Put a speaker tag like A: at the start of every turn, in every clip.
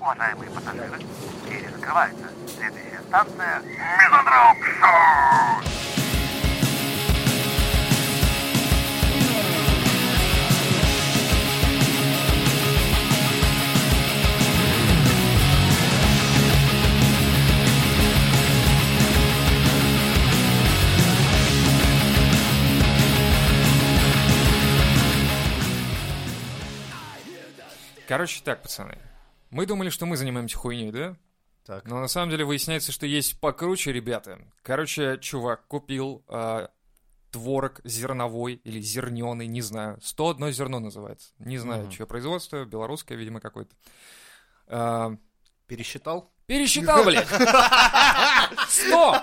A: Уважаемые пассажиры, двери закрываются. Следующая станция Мизандроп Шоу!
B: Короче, так, пацаны. Мы думали, что мы занимаемся хуйней, да?
C: Так.
B: Но на самом деле выясняется, что есть покруче, ребята. Короче, чувак купил а, творог зерновой или зерненый, не знаю. 101 зерно называется. Не знаю,
C: Мгм.
B: чье производство, белорусское, видимо, какое-то. А,
C: Пересчитал?
B: Пересчитал, блядь. 100!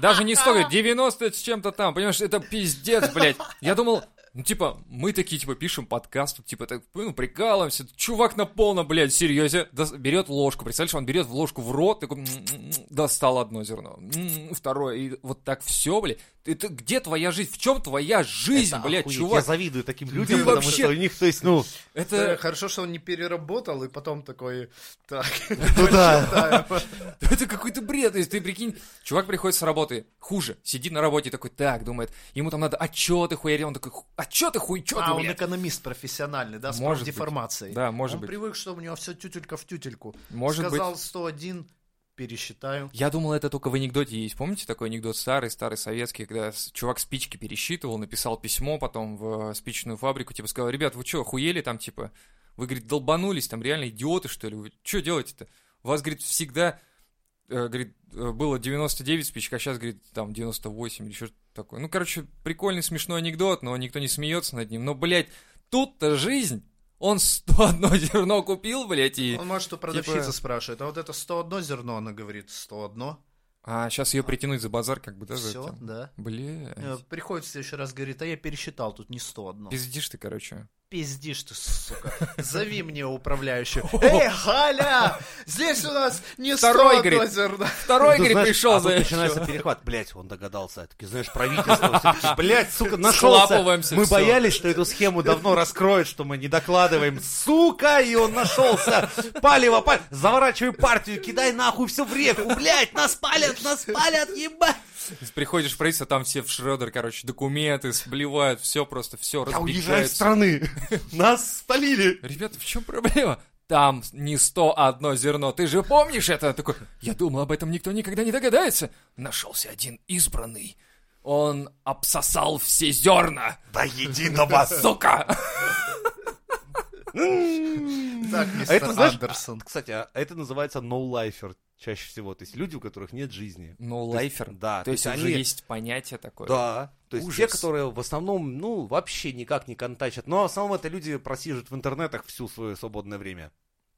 B: Даже не 100, говорит, 90 с чем-то там. Понимаешь, это пиздец, блядь. Я думал, ну, типа, мы такие, типа, пишем подкаст, типа, так, ну, прикалываемся. Чувак на полном, блядь, серьезе, дос- берет ложку. Представляешь, он берет в ложку в рот, такой, м, м, м, достал одно зерно, м, м, второе, и вот так все, блядь. Это где твоя жизнь? В чем твоя жизнь,
C: Это
B: блядь,
C: охуеть. Я
B: чувак?
C: завидую таким людям,
B: Ты
C: потому
B: вообще-
C: что у них, то есть, ну,
D: Да,
B: Это,
D: Э, Хорошо, что он не переработал, и потом такой, так,
C: ну да.
B: Это какой-то бред, то есть ты прикинь, чувак приходит с работы, хуже, сидит на работе такой, так, думает, ему там надо отчеты хуярил, он такой, «Ху- отчеты хуй, чё
D: а
B: ты,
D: он
B: блядь?»
D: экономист профессиональный, да, с
B: Может быть.
D: деформацией.
B: Да, может
D: он
B: быть,
D: привык, что у него все тютелька в тютельку.
B: может
D: Сказал
B: быть.
D: 101, пересчитаю.
B: Я думал, это только в анекдоте есть. Помните такой анекдот старый-старый советский, когда с- чувак спички пересчитывал, написал письмо потом в э, спичную фабрику, типа сказал, ребят, вы что, охуели там, типа, вы, говорит, долбанулись, там реально идиоты, что ли, вы что делаете-то? У вас, говорит, всегда, э, говорит, э, было 99 спичек, а сейчас, говорит, там 98 или что-то такое. Ну, короче, прикольный смешной анекдот, но никто не смеется над ним. Но, блядь, тут-то жизнь. Он 101 зерно купил, блядь, и...
D: Он может у продавщицы
B: типа-
D: спрашивает, а вот это 101 зерно, она говорит, 101.
B: А сейчас ее притянуть за базар, как бы, да? за
D: Все,
B: это?
D: да.
B: Блядь.
D: Э, Приходит в следующий раз, говорит, а я пересчитал, тут не
C: ну.
D: 101.
B: Пиздишь ты, короче.
D: Пиздишь ты, сука. Зови мне управляющую. Эй, Галя, здесь у нас не
B: Второй,
D: 101
B: говорит.
D: зерно.
B: Второй,
C: Ну,
B: говорит,
C: знаешь,
B: пришел
C: а
B: за
C: тут
B: это.
C: начинается перехват. Блять, он догадался. Таки, знаешь, правительство. всё-таки, Блять, сука, нашелся.
B: Схлапываемся,
C: Мы
B: всё.
C: боялись, что эту схему давно раскроют, что мы не докладываем. Сука, и он нашелся. Палево, палево. Заворачивай партию, кидай нахуй все в реку. Блять, нас палят, нас палят, ебать.
B: Приходишь в правительство, там все в Шредер, короче, документы сблевают, все просто, все
C: Я уезжаю из
B: разбегается.
C: страны. Нас спалили.
B: Ребята, в чем проблема? Там не 101 зерно, ты же помнишь это? Он Такой, я думал, об этом никто никогда не догадается. Нашелся один избранный. Он обсосал все зерна,
C: До единого,
B: сука!
D: Так,
C: А это,
D: мистер
C: знаешь,
D: Андерсон.
C: Кстати, а это называется ноу-лайфер чаще всего. То есть люди, у которых нет жизни.
B: Ну, лайфер.
C: Да,
B: То есть уже
C: они...
B: есть понятие такое.
C: Да. То есть те,
B: типа. Ужас.
C: которые в основном, ну, вообще никак не контачат. Но в основном это люди просиживают в интернетах всю свое свободное время.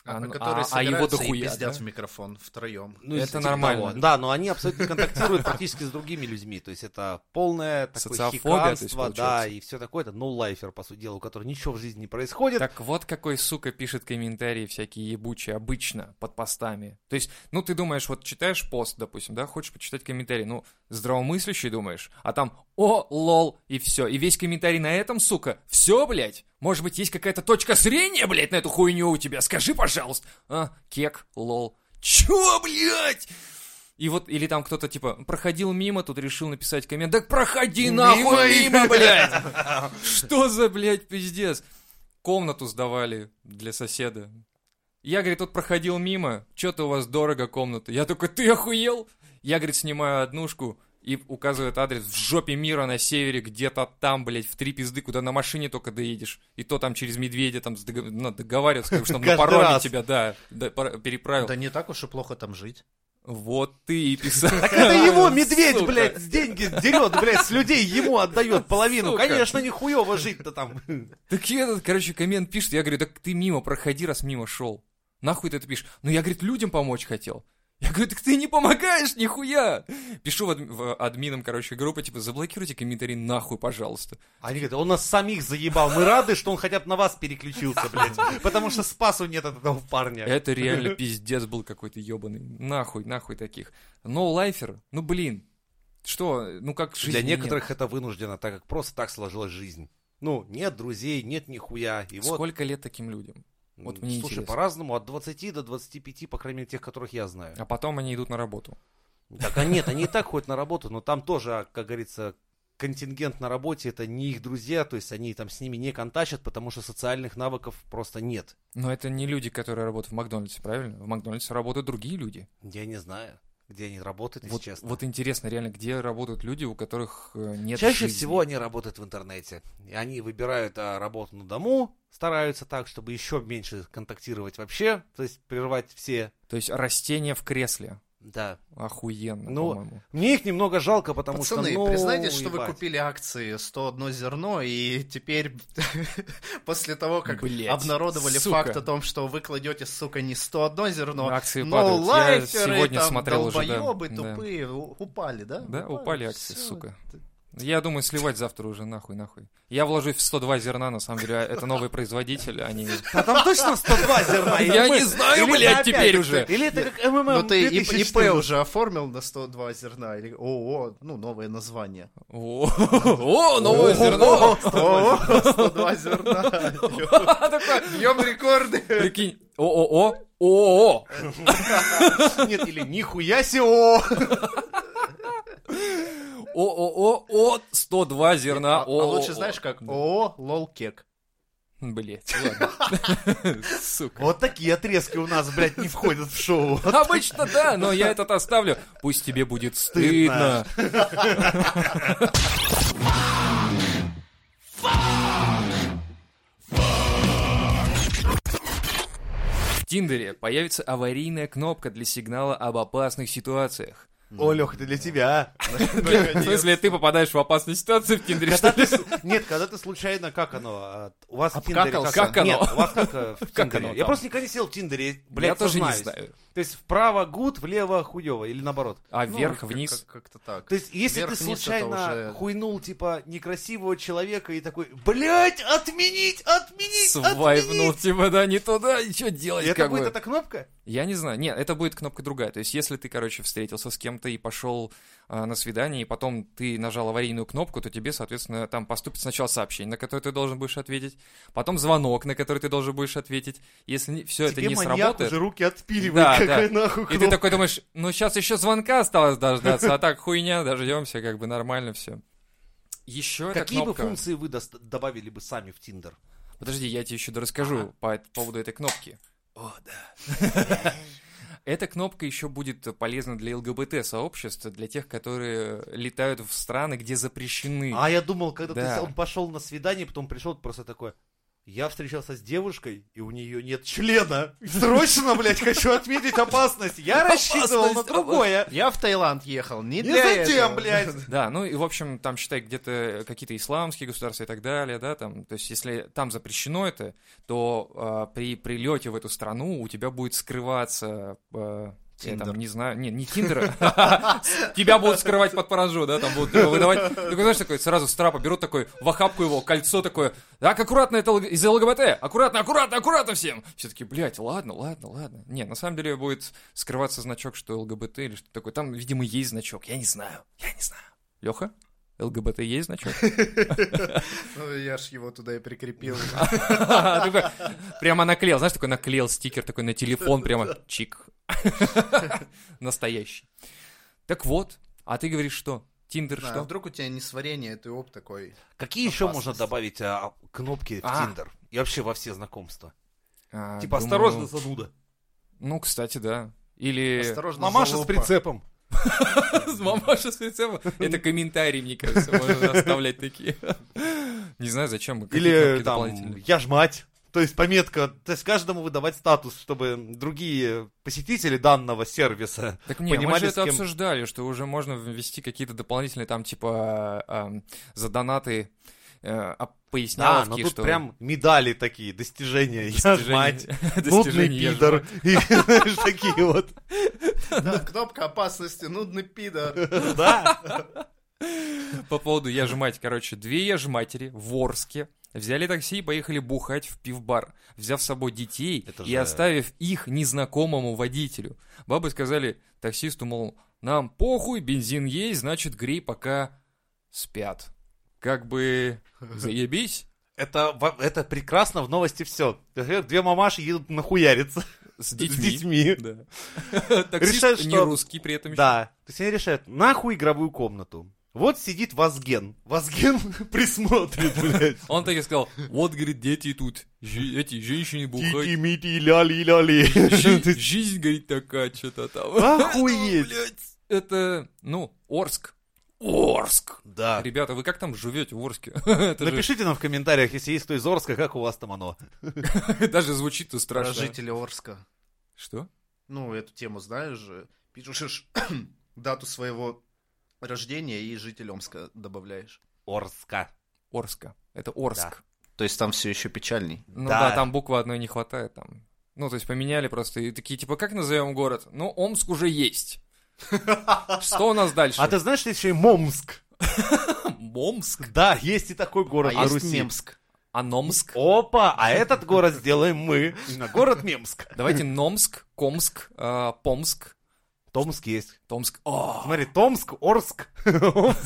B: А,
D: на
B: ну,
D: которые
B: а- а его
D: собираются и
B: дохуя,
D: пиздят
B: да?
D: в микрофон втроем.
C: Ну,
B: Это
C: типа
B: нормально.
C: того. Да, но они абсолютно не контактируют практически с другими людьми. То есть это полное такое
B: Социофобия, то есть,
C: хиканство, да,
B: получается.
C: и все такое. Это ноу-лайфер, по сути дела, у которого ничего в жизни не происходит.
B: Так вот какой, сука, пишет комментарии всякие ебучие обычно под постами. То есть, ну ты думаешь, вот читаешь пост, допустим, да, хочешь почитать комментарий, ну, здравомыслящий думаешь, а там «О, лол» и все. И весь комментарий на этом, сука, все, блядь? Может быть, есть какая-то точка зрения, блядь, на эту хуйню у тебя? Скажи, пожалуйста. А, кек, лол. Чё, блядь? И вот, или там кто-то, типа, проходил мимо, тут решил написать коммент. Так проходи нахуй мимо, блядь! Что за, блядь, пиздец? комнату сдавали для соседа. Я, говорит, тут проходил мимо, что-то у вас дорого комната. Я такой, ты охуел? Я, говорит, снимаю однушку и указывает адрес в жопе мира на севере, где-то там, блядь, в три пизды, куда на машине только доедешь. И то там через медведя там с дог- ну, договариваться, потому что там на
C: Каждый
B: пароме
C: раз.
B: тебя, да, да, пар- переправил.
D: Да не так уж и плохо там жить.
B: Вот ты и писал.
C: Так это его медведь,
B: Сука.
C: блядь, с деньги дерет, блядь, с людей ему отдает половину.
B: Сука.
C: Конечно, нихуево жить-то там.
B: Так и этот, короче, коммент пишет, я говорю, так ты мимо проходи, раз мимо шел. Нахуй ты это пишешь? Ну, я, говорит, людям помочь хотел. Я говорю, так ты не помогаешь, нихуя! Пишу в, адм- в админам, короче, группы, типа, заблокируйте комментарий нахуй, пожалуйста.
C: А Они говорят, он нас самих заебал. Мы рады, что он хотя бы на вас переключился, блядь. Потому что спасу нет от этого парня.
B: Это реально пиздец был какой-то ебаный. Нахуй, нахуй таких. Но лайфер, ну, блин, что, ну, как жизнь
C: Для некоторых это вынуждено, так как просто так сложилась жизнь. Ну, нет друзей, нет нихуя. И вот
B: Сколько лет таким людям? Вот
C: М,
B: мне
C: Слушай,
B: интересно.
C: по-разному, от 20 до 25, по крайней мере, тех, которых я знаю.
B: А потом они идут на работу.
C: Так, а нет, они и так ходят на работу, но там тоже, а, как говорится, контингент на работе, это не их друзья, то есть они там с ними не контачат, потому что социальных навыков просто нет.
B: Но это не люди, которые работают в Макдональдсе, правильно? В Макдональдсе работают другие люди.
C: Я не знаю, где они работают, если
B: Вот,
C: честно.
B: вот интересно, реально, где работают люди, у которых э, нет
C: Чаще
B: жизни?
C: всего они работают в интернете. И они выбирают а, работу на дому, стараются так, чтобы еще меньше контактировать вообще, то есть прервать все.
B: То есть растения в кресле.
C: Да.
B: Охуенно,
C: Ну,
B: по-моему.
C: Мне их немного жалко, потому
D: Пацаны,
C: что... ну,
D: признайтесь, что вы
C: ебать.
D: купили акции 101 зерно, и теперь после того, как
B: Блядь,
D: обнародовали
B: сука.
D: факт о том, что вы кладете, сука, не 101 зерно,
B: Акции
D: но
B: падают. Я
D: лайферы,
B: сегодня
D: там,
B: смотрел уже, да.
D: долбоёбы
B: Да.
D: тупые у- упали, да? ну,
B: Да, упали акции,
D: всё.
B: сука. Я думаю, сливать завтра уже нахуй, нахуй. Я вложусь в 102 зерна, на самом деле, а это новый производитель, они...
C: А там точно 102 зерна? Или
B: Я
C: мы-
B: не знаю,
C: или А это
B: блядь,
C: опять
B: теперь
C: уже-
B: уже.
C: Или это как МММ
D: Ну ты и- ИП
C: 2014?
D: уже оформил на 102 зерна, или ООО, ну, новое название.
B: О, о, новое зерно!
D: 102 зерна. Бьем рекорды.
B: Прикинь, о-о-о, о-о-о.
D: Нет, или нихуя себе ООО.
B: ООО от 102 зерна.
D: А а
B: ООО.
D: лучше знаешь как? ООО Лолкек.
B: Блять, ладно. Сука.
C: Вот такие отрезки у нас, блядь, не входят в шоу.
B: Обычно да, но я этот оставлю. Пусть тебе будет стыдно. В Тиндере появится аварийная кнопка для сигнала об опасных ситуациях.
C: О, Леха, это для тебя.
B: В
C: ну,
B: смысле, ты попадаешь в опасную ситуацию в Тиндере, что
C: Когда
B: ли?
C: ты с- Нет, когда ты случайно, как оно? а, У вас в
D: Обкакался.
C: Тиндере как?
B: Как оно?
C: Нет, у вас как э, в
B: Как
C: Тиндере?
B: оно
C: Я
B: там?
C: просто никогда не сидел в Тиндере, блядь,
B: Я тоже не
C: сознаюсь.
B: знаю.
C: То есть вправо гуд, влево хуево или наоборот.
B: А
D: Ну,
B: вверх,
D: как-
B: вниз.
D: как- Как-то так.
C: То есть, если
D: Вверх,
C: ты
D: вниз это
C: случайно
D: уже-
C: хуйнул, типа, некрасивого человека и такой, блядь, отменить, отменить,
B: Свайпнул
C: отменить.
B: тебя, да, не туда, и что делать,
C: Это
B: как
C: будет
B: бы?
C: эта кнопка?
B: Я не знаю. Нет, это будет кнопка другая. То есть, если ты, короче, встретился с кем-то и пошел а, на свидание, и потом ты нажал аварийную кнопку, то тебе, соответственно, там поступит сначала сообщение, на которое ты должен будешь ответить, потом звонок, на который ты должен будешь ответить. Если все это
C: Тебе
B: не
C: маньяк
B: сработает.
C: уже руки отпиливает,
B: Да,
C: какая
B: да.
C: нахуй
B: И ты такой думаешь, ну сейчас еще звонка осталось дождаться, а так хуйня, дождемся, как бы нормально все. Еще эта
C: Какие бы
B: кнопка.
C: функции вы дос- добавили бы сами в Тиндер?
B: Подожди, я тебе еще расскажу по эт- поводу этой кнопки. О, да. Эта кнопка еще будет полезна для ЛГБТ-сообщества, для тех, которые летают в страны, где запрещены.
C: А я думал, когда
B: Да.
C: ты, он пошел на свидание, потом пришел просто такой, я встречался с девушкой, и у нее нет члена. Срочно, блядь, хочу отметить опасность. Я рассчитывал на
B: Опасность, А
C: другое.
D: Я в Таиланд ехал, не
C: Не
D: для
C: затем,
D: этого.
C: блядь.
B: Да, ну и, в общем, там, считай, где-то какие-то исламские государства и так далее, да, там, то есть если там запрещено это, то а, при прилете в эту страну у тебя будет скрываться... а, я там
D: Тиндер.
B: не знаю, не, не Тиндер, тебя будут скрывать под паражу, да, там будут его выдавать. Такой, знаешь, такой сразу с трапа берут такой в охапку его кольцо такое, так, аккуратно, это лг- из ЛГБТ, аккуратно, аккуратно, аккуратно всем. Все таки блядь, ладно, ладно, ладно. Не, на самом деле будет скрываться значок, что ЛГБТ или что-то такое. Там, видимо, есть значок, я не знаю, я не знаю. Леха? ЛГБТ есть значок?
D: Ну, я ж его туда и прикрепил.
C: А
B: Такой, Прямо наклеил, знаешь, такой наклеил стикер такой на телефон, прямо чик. Настоящий. Так вот, а ты говоришь что? Тиндер
D: Да, А
B: что?
D: вдруг у тебя несварение, ты оп такой.
C: Какие еще
D: Опасность.
C: можно добавить а, кнопки в
B: А.
C: Тиндер? И вообще во все знакомства.
B: А,
C: Типа,
B: думаю,
C: осторожно, зануда.
B: Ну, кстати, да. Или
D: Осторожно,
C: Э, Мамаша с
D: залупа.
C: прицепом.
B: мамаша с прицепом. Это комментарий, мне кажется, можно оставлять такие. Не знаю, зачем. мы какие
C: Или
B: кнопки
C: там,
B: дополнительные.
C: я ж мать. То есть пометка, то есть каждому выдавать статус, чтобы другие посетители данного сервиса
B: Так не, мы
C: понимали,
B: же
C: с
B: это
C: кем-
B: обсуждали, что уже можно ввести какие-то дополнительные там, типа, а, а, за донаты э, а,
C: Да,
B: поясняловки,
C: но ну тут
B: что...
C: прям медали такие, достижения. Я ж
B: достижение-
C: мать, нудный
B: достижение я ж
C: пидор. И знаешь, такие вот.
D: Да, кнопка опасности, нудный пидор.
C: Да.
B: мать. По поводу я же мать, короче, две я же матери в Орске взяли такси и поехали бухать в пивбар, взяв с собой детей
C: Это
B: и
C: же-
B: оставив их незнакомому водителю. Бабы сказали таксисту, мол, нам похуй, бензин есть, значит, грей пока спят. Как бы заебись.
C: Это, во- это прекрасно в новости все. Две мамаши едут нахуяриться.
B: С
C: детьми.
B: детьми. Да. Таксист
C: Решают,
B: не
C: что-
B: русский при этом. еще.
C: Да. То есть они решают, нахуй игровую комнату. Вот сидит Вазген. Вазген присмотрит, блядь.
B: Он так и сказал, вот, говорит, дети тут, жи- эти женщины бухают.
C: Тики-мити, ляли-ляли.
B: Жи- Жизнь, говорит, такая, что-то там. Ну,
C: Охуеть.
B: блядь, Это, ну, Орск. Орск!
C: Да.
B: Ребята, вы как там живете в Орске? Это же-
C: Напишите нам в комментариях, если есть кто из Орска, как у вас там оно.
B: даже звучит-то
D: Про
B: страшно.
D: жителей Орска.
B: Что?
D: Ну, эту тему знаешь же. Пишешь дату своего рождения и житель Омска добавляешь.
C: Орска.
B: Орска. Это Орск.
C: Да.
D: То есть там все еще печальней.
B: Ну
C: Да.
B: да. там буквы одной не хватает там. Ну, то есть поменяли просто. И такие, типа, как назовем город? Ну, Омск уже есть. Что у нас дальше?
C: А ты знаешь, что есть еще и Момск?
B: Момск?
C: Да, есть и такой город
D: а
C: на
D: есть
C: Руси.
D: Немск.
B: А Номск?
C: Опа, а этот город сделаем мы. На город Мемск.
B: Давайте Номск, Комск, э, Помск,
C: Томск есть.
B: Томск. О,
C: Смотри, Томск, Орск. Омск.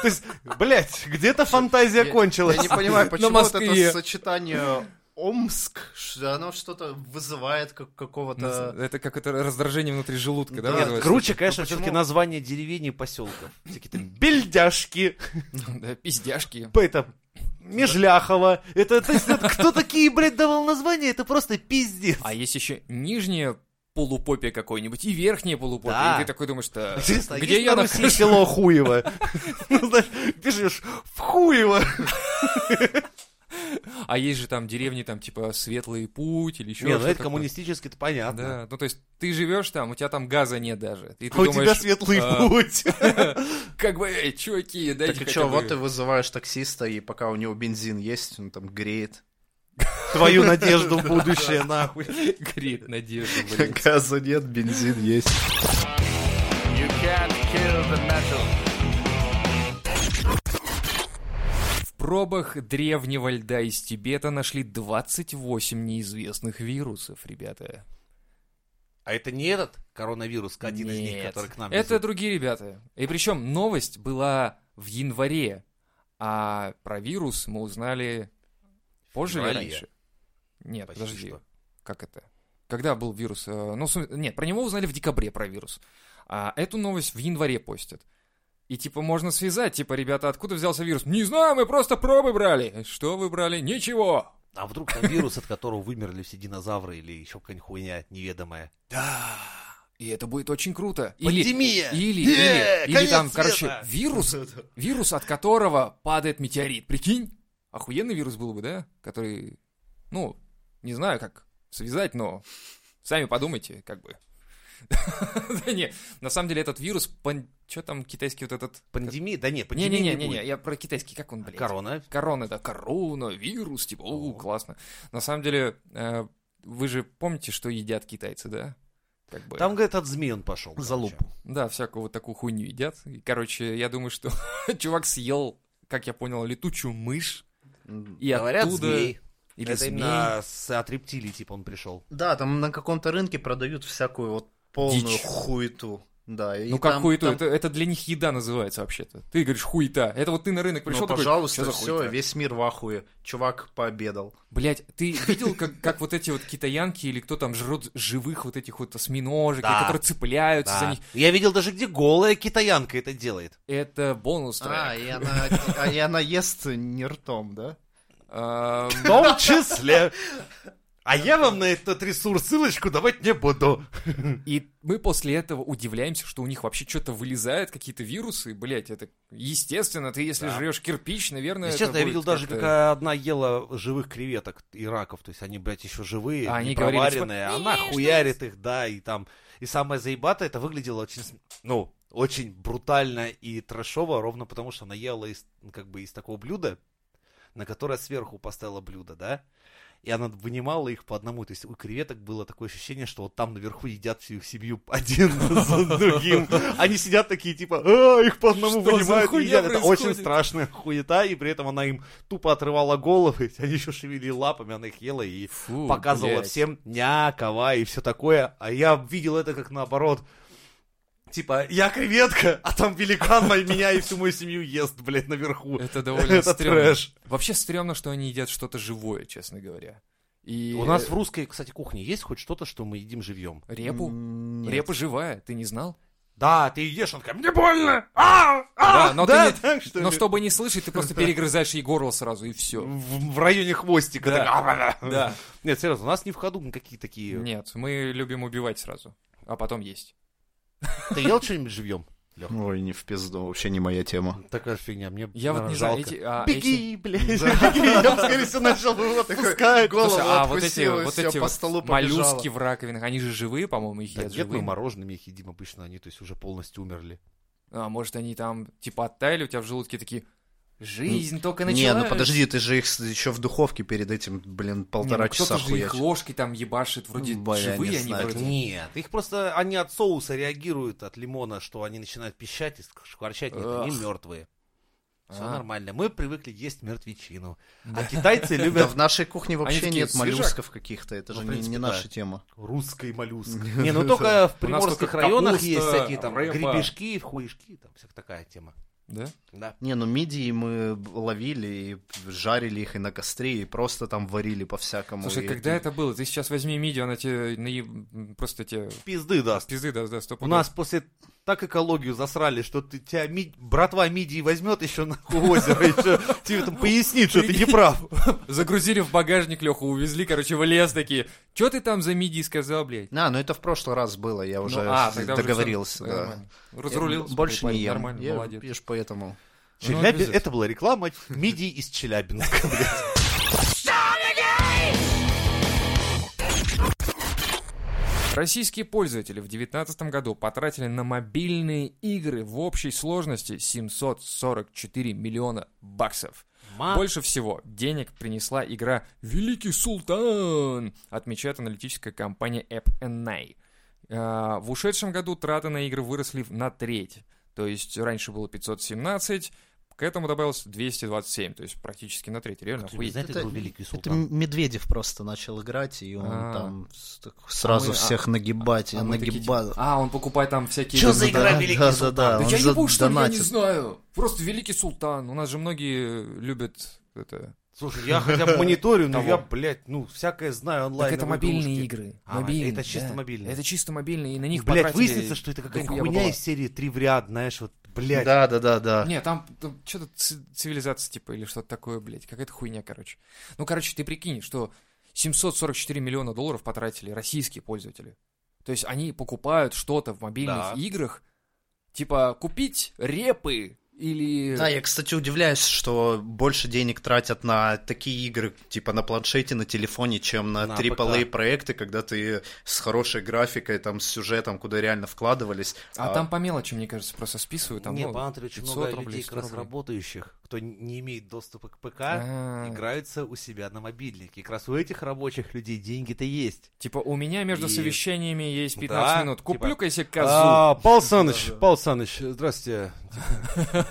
C: То есть, блядь, где-то фантазия
D: Я-
C: кончилась.
D: Я не понимаю, почему вот
B: Москве.
D: это сочетание Омск, что оно что-то вызывает как какого-то...
B: Это как это раздражение внутри желудка, да?
D: Да,
B: вызывает?
C: Круче, конечно,
D: Ну, почему-
C: все-таки название деревень и поселков. Всякие там бельдяшки,
B: Да, пиздяшки.
C: это Межляхова. Это, то есть, вот кто такие, блядь, давал название? Это просто пиздец.
B: А есть еще нижнее полупопе какой-нибудь и верхнее полупопе.
C: Да.
B: И ты такой думаешь, что...
C: Интересно, а
B: где
C: есть
B: я
C: на Руси
B: нахожусь?
C: село Хуево? Ну, знаешь, пишешь в Хуево.
B: А есть же там деревни, там, типа, Светлый Путь или еще
C: Не, ну это
B: такое.
C: коммунистически, это понятно.
B: Да, ну то есть ты живешь там, у тебя там газа нет даже. И ты
C: А у
B: думаешь,
C: тебя светлый
B: а,
C: путь.
B: Как бы, эй, чуваки, дайте
D: Так и
B: хотя
D: что,
B: бы-
D: вот ты вызываешь таксиста, и пока у него бензин есть, он там греет.
C: Твою надежду в будущее, нахуй.
B: Греет надежда, блин.
D: Газа нет, бензин есть.
B: В пробах древнего льда из Тибета нашли 28 неизвестных вирусов, ребята.
C: А это не этот коронавирус, один из них,
B: Нет.
C: который к нам
B: Это
C: везут?
B: другие ребята. И причем новость была в январе, а про вирус мы узнали позже или
C: Феврале.
B: раньше. Нет,
C: Почти
B: подожди.
C: что.
B: как это? Когда был вирус? э, Ну, сум- нет, про него узнали в декабре про вирус. А эту новость в январе постят. И типа можно связать, типа, ребята, откуда взялся вирус? Не знаю, мы просто пробы брали. Что вы брали? Ничего.
C: А вдруг там вирус, от которого вымерли все динозавры или еще какая-нибудь хуйня неведомая?
B: Да. И это будет очень круто.
C: Пандемия!
B: Или,
C: Е,
B: или, или
C: конец
B: там,
C: света!
B: короче, вирус, вирус, от которого падает метеорит. Прикинь, охуенный вирус был бы, да? Который, ну, не знаю, как связать, но сами подумайте, как бы. Да не, на самом деле этот вирус, что там китайский вот этот...
C: Пандемия? Да не, пандемия не,
B: Не-не-не, я про китайский, как он,
C: будет.
B: блядь?
C: Корона?
B: Корона, да, корона, вирус, типа, о,
C: О.
B: классно. На самом деле, э, вы же помните, что едят китайцы, да? Как бы.
C: Там, говорят, от змей он пошел.
D: За
C: короче.
D: лупу.
B: Да, всякую вот такую хуйню едят. И, короче, я думаю, что чувак съел, как я понял, летучую мышь. И
C: Говорят,
B: оттуда...
C: змей.
B: Или
C: это
B: змей.
C: именно с- от рептилий, типа, он пришел.
D: Да, там на каком-то рынке продают всякую вот полную
B: Дичь.
D: хуету. Да, и
B: Ну
D: там-
B: как хуету,
D: там-
B: это, это для них еда называется вообще-то. Ты говоришь хуета. Это вот ты на рынок пришел
D: Ну,
B: такой,
D: пожалуйста,
B: «Чё за
D: все,
B: хуета?»
D: весь мир в ахуе. Чувак пообедал.
B: Блять, ты видел, как, как вот эти вот китаянки или кто там жрут живых вот этих вот осьминожек,
C: Да.
B: которые цепляются за
C: Да.
B: них?
C: Я видел даже, где голая китаянка это делает.
B: Это бонус
D: А,
B: трек.
D: и она, а, и она ест не ртом, да?
B: Эм,
C: В том числе. А я вам на этот ресурс ссылочку давать не буду.
B: И мы после этого удивляемся, что у них вообще что-то вылезает, какие-то вирусы, блять, это естественно, ты если
C: Да.
B: жрешь кирпич, наверное, это
C: Естественно, я
B: будет
C: видел даже,
B: как-то-
C: как одна ела живых креветок и раков. То есть они, блядь, еще живые,
B: А
C: не
B: они говорили,
C: проваренные. а Она хуярит их, да, и там... И самое заебатое, это выглядело очень, см- ну, очень брутально и трэшово, ровно потому, что она ела из, ну, как бы из такого блюда, на которое сверху поставила блюдо, да? И она вынимала их по одному. То есть у креветок было такое ощущение, что вот там наверху едят всю их семью один за другим. Они сидят такие, типа, «А, их по одному
B: Что за
C: вынимают и
B: хуйня
C: едят. Это очень
B: происходит?
C: страшная хуета, и при этом она им тупо отрывала головы, они еще шевелили лапами, она их ела и
B: Фу,
C: показывала
B: блядь.
C: всем ня, кова и все такое. А я видел это как наоборот. Типа, я креветка, а там великан мой- меня и всю мою семью ест, блядь, наверху.
B: Это довольно
C: Это
B: стрёмно.
C: трэш.
B: Вообще стрёмно, что они едят что-то живое, честно говоря. И... э,
C: У нас в русской, кстати, кухне есть хоть что-то, что мы едим живьем?
B: Репу?
D: М, нет.
B: Репа живая, ты не знал?
C: Да, ты едешь, он такой, мне больно! А!
B: Да,
C: А!
B: но ты
C: да,
B: не-
C: так что
B: Но
C: ли?
B: чтобы не слышать, ты просто перегрызаешь ей горло сразу, и все.
C: В, в районе хвостика.
B: Да.
C: так, «А, бля».
B: Да.
C: Нет, серьезно, у нас не в ходу никакие такие.
B: Нет, мы любим убивать сразу, а потом есть.
C: Ты ел что-нибудь живьем?
D: Ой, не в пизду, вообще не моя тема.
C: Такая фигня, мне
B: Я вот не знаю,
C: жалко.
B: эти... а, эти-
C: Беги, блядь, беги, я бы, скорее всего, начал бы его отпускать.
D: Голову
B: Слушай, а вот эти,
D: откусила, и
B: вот
D: всё,
B: эти
D: по
B: вот
D: столу побежала.
B: моллюски в раковинах, они же живые, по-моему, их
C: Да
B: едят
C: нет, мы
B: живыми.
C: морожеными их едим обычно, они то есть уже полностью умерли.
B: А может, они там, типа, оттаяли у тебя в желудке такие... Жизнь только началась.
D: Не, ну подожди, ты же их еще в духовке перед этим, блин,
B: Не, ну
D: полтора
B: кто-то
D: часа
B: же
D: хуять.
B: их ложкой там ебашит, вроде
D: Бля, я
B: живые
D: не
B: они
D: знаю.
B: вроде.
C: Нет, их просто они от соуса реагируют от лимона, что они начинают пищать и шкварчать, нет, они
B: Эх.
C: мертвые. Все
B: А.
C: нормально. Мы привыкли есть мертвечину. А китайцы
D: Да
C: любят
D: в нашей кухне вообще
B: такие,
D: нет
B: «Свежак».
D: моллюсков каких-то, это
C: Ну,
D: же
C: в
D: не-
C: принципе,
D: не
C: да.
D: наша тема.
C: русский моллюск. Не, ну только в
B: У нас только
C: приморских районах
B: капуста,
C: есть всякие там
B: рыба.
C: гребешки, хуешки, там всякая такая тема.
B: Да?
C: Да.
D: Не, ну мидии мы ловили и жарили их и на костре, и просто там варили по-всякому.
B: Слушай,
D: и-
B: когда это было? Ты сейчас возьми миди, она тебе наеб- просто тебе
C: Пизды даст.
B: пизды даст, да, стоп.
C: У нас после так экологию засрали, что ты тебя ми- братва мидии возьмет еще на озеро, еще тебе там пояснит, что ты не прав.
B: Загрузили в багажник Леху, увезли, короче, в лес такие. Че ты там за миди сказал, блядь?
D: А, ну это в прошлый раз было, я уже
B: Ну, а, тогда уже
D: договорился,
B: всё,
D: да.
B: нормально. Разрулился.
D: Я больше не
B: блядь,
D: ем.
B: Нормально,
D: я,
B: молодец.
D: видишь, поэтому...
C: Челяби-
B: пиздец.
C: Это была реклама мидии из Челябинска. блядь.
B: Российские пользователи в 2019 году потратили на мобильные игры в общей сложности 744 миллиона баксов. Больше всего денег принесла игра «Великий султан», отмечает аналитическая компания App NI. Э, В ушедшем году траты на игры выросли на треть. То есть раньше было 517, к этому добавилось 227, то есть практически на треть. Реально
C: Кто-нибудь
B: охуеть.
C: знает
D: Это-
C: игру Великий
D: Это
C: Султан?
D: Медведев просто начал играть, и он
B: А.
D: там с- так сразу
B: А мы- а-
D: всех нагибать,
B: А мы такие,
D: нагибал.
B: типа, А, он покупает там всякие...
C: Чё за
B: Да,
C: игра
B: да,
C: «Великий
D: да,
C: султан»?
D: Да, да,
B: Да
D: он
B: я ебу, что ли, я не
D: задонатит.
B: знаю. Просто великий султан. У нас же многие любят это.
C: Слушай, я хотя бы мониторю, но
B: Того.
C: я, блядь, ну, всякое знаю онлайн.
B: так это мобильные игры.
C: А,
B: Мобильные,
C: это чисто
B: да.
C: мобильные.
B: Это чисто мобильные, и на них
C: Блять,
B: потратили
C: выяснится, что это какая-нибудь
B: дохуя
C: хуйня
B: бабла.
C: из типа. серии «Три в ряд», знаешь, вот, блядь.
D: Да, да, да, да.
B: Не, там, что-то цивилизация, типа, или что-то такое, блядь. Какая-то хуйня, короче. Ну, короче, ты прикинь, что 744 миллиона долларов потратили российские пользователи. То есть они покупают что-то в мобильных
C: Да.
B: играх, типа купить репы или...
D: Да, я, кстати, удивляюсь, что больше денег тратят на такие игры, типа на планшете, на телефоне, чем на,
C: На
D: AAA
C: ПК.
D: проекты, когда ты с хорошей графикой, там, с сюжетом, куда реально вкладывались.
B: А, там по мелочи, мне кажется, просто списывают. Там,
C: Мне
B: ну,
C: понадобится очень
B: 500
C: много
B: рублей,
C: людей, как
B: 100
C: раз
B: рублей.
C: работающих, кто н- не имеет доступа к ПК,
B: А,
C: играются у себя на мобильнике. И как раз у этих рабочих людей деньги-то есть.
B: Типа, у меня между
C: И-
B: совещаниями есть 15
C: Да,
B: минут.
C: типа,
B: Куплю-ка я себе козу.
C: А, Павел Саныч, Павел Саныч, здравствуйте.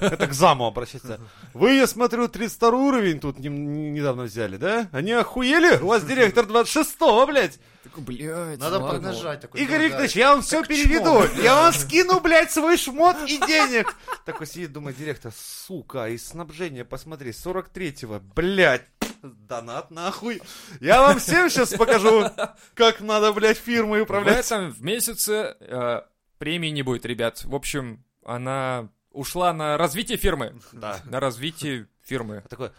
C: Это к заму обращаться. Вы, я смотрю, 32 уровень тут не- не- недавно взяли, да? Они охуели? У вас директор 26-го, блядь.
B: Такой, блядь,
D: Надо
B: ладно.
D: поднажать такой.
C: Игорь
D: да,
C: Викторович, я вам все
D: Как
C: переведу.
D: чмо.
C: Я вам скину, блядь, свой шмот и денег. Такой сидит, думает, директор, сука, и снабжение, посмотри, 43-го, блядь. Донат нахуй. Я вам всем сейчас покажу, как надо, блядь, фирмой
B: В
C: управлять.
B: этом в месяце э, премии не будет, ребят. В общем, она ушла на развитие фирмы.
C: Да.
B: На развитие фирмы.
C: Я такой,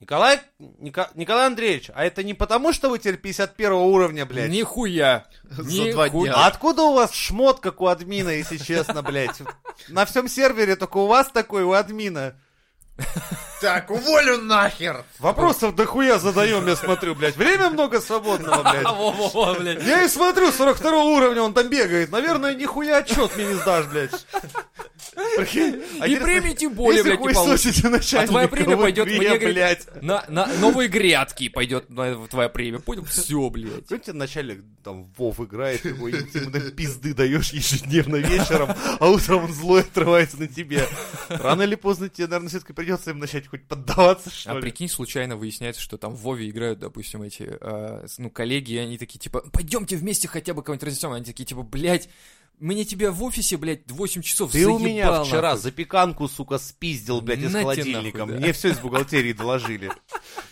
C: Николай, Ника- Николай Андреевич, а это не потому, что вы теперь 51 уровня, блядь?
B: Нихуя.
D: За
B: Нихуя.
D: два дня.
C: А откуда у вас шмот, как у админа, если честно, блядь? На всем сервере только у вас такой, у админа.
D: Так, уволю нахер!
C: Вопросов дохуя задаем, я смотрю, блядь. Время много свободного,
B: А,
C: блядь.
B: во-во-во, блядь.
C: Я и смотрю, 42 уровня он там бегает. Наверное, нихуя отчет мне не сдашь, блядь. Прикинь, а
B: И
C: интересно,
B: премии тем более,
C: если
B: блядь, не
C: хуй
B: получишь.
C: сосите
B: А
C: начальника,
B: твоя премия
C: вы
B: пойдет
C: две,
B: мне, говорит,
C: блядь.
B: на, на новые грядки пойдет на- твоя премия. Понял? Все, блядь.
C: Прикинь, тебе начальник там в Вов играет, такой, и ты ему там пизды даешь ежедневно вечером, а утром он злой отрывается на тебе. Рано или поздно тебе, наверное, все-таки придется им начать хоть поддаваться, что
B: А
C: ли.
B: прикинь, случайно выясняется, что там в Вове играют, допустим, а, эти, э, с- ну, коллеги, и они такие, типа, пойдемте вместе хотя бы кого-нибудь разнесем. Они такие, типа, блядь, Мне тебя в офисе, блядь, 8 часов
C: Ты
B: заебал,
C: у меня вчера
B: нахуй.
C: запеканку, сука, спиздил, блядь, из
B: На те
C: холодильника.
B: нахуй, да.
C: Мне все из бухгалтерии доложили.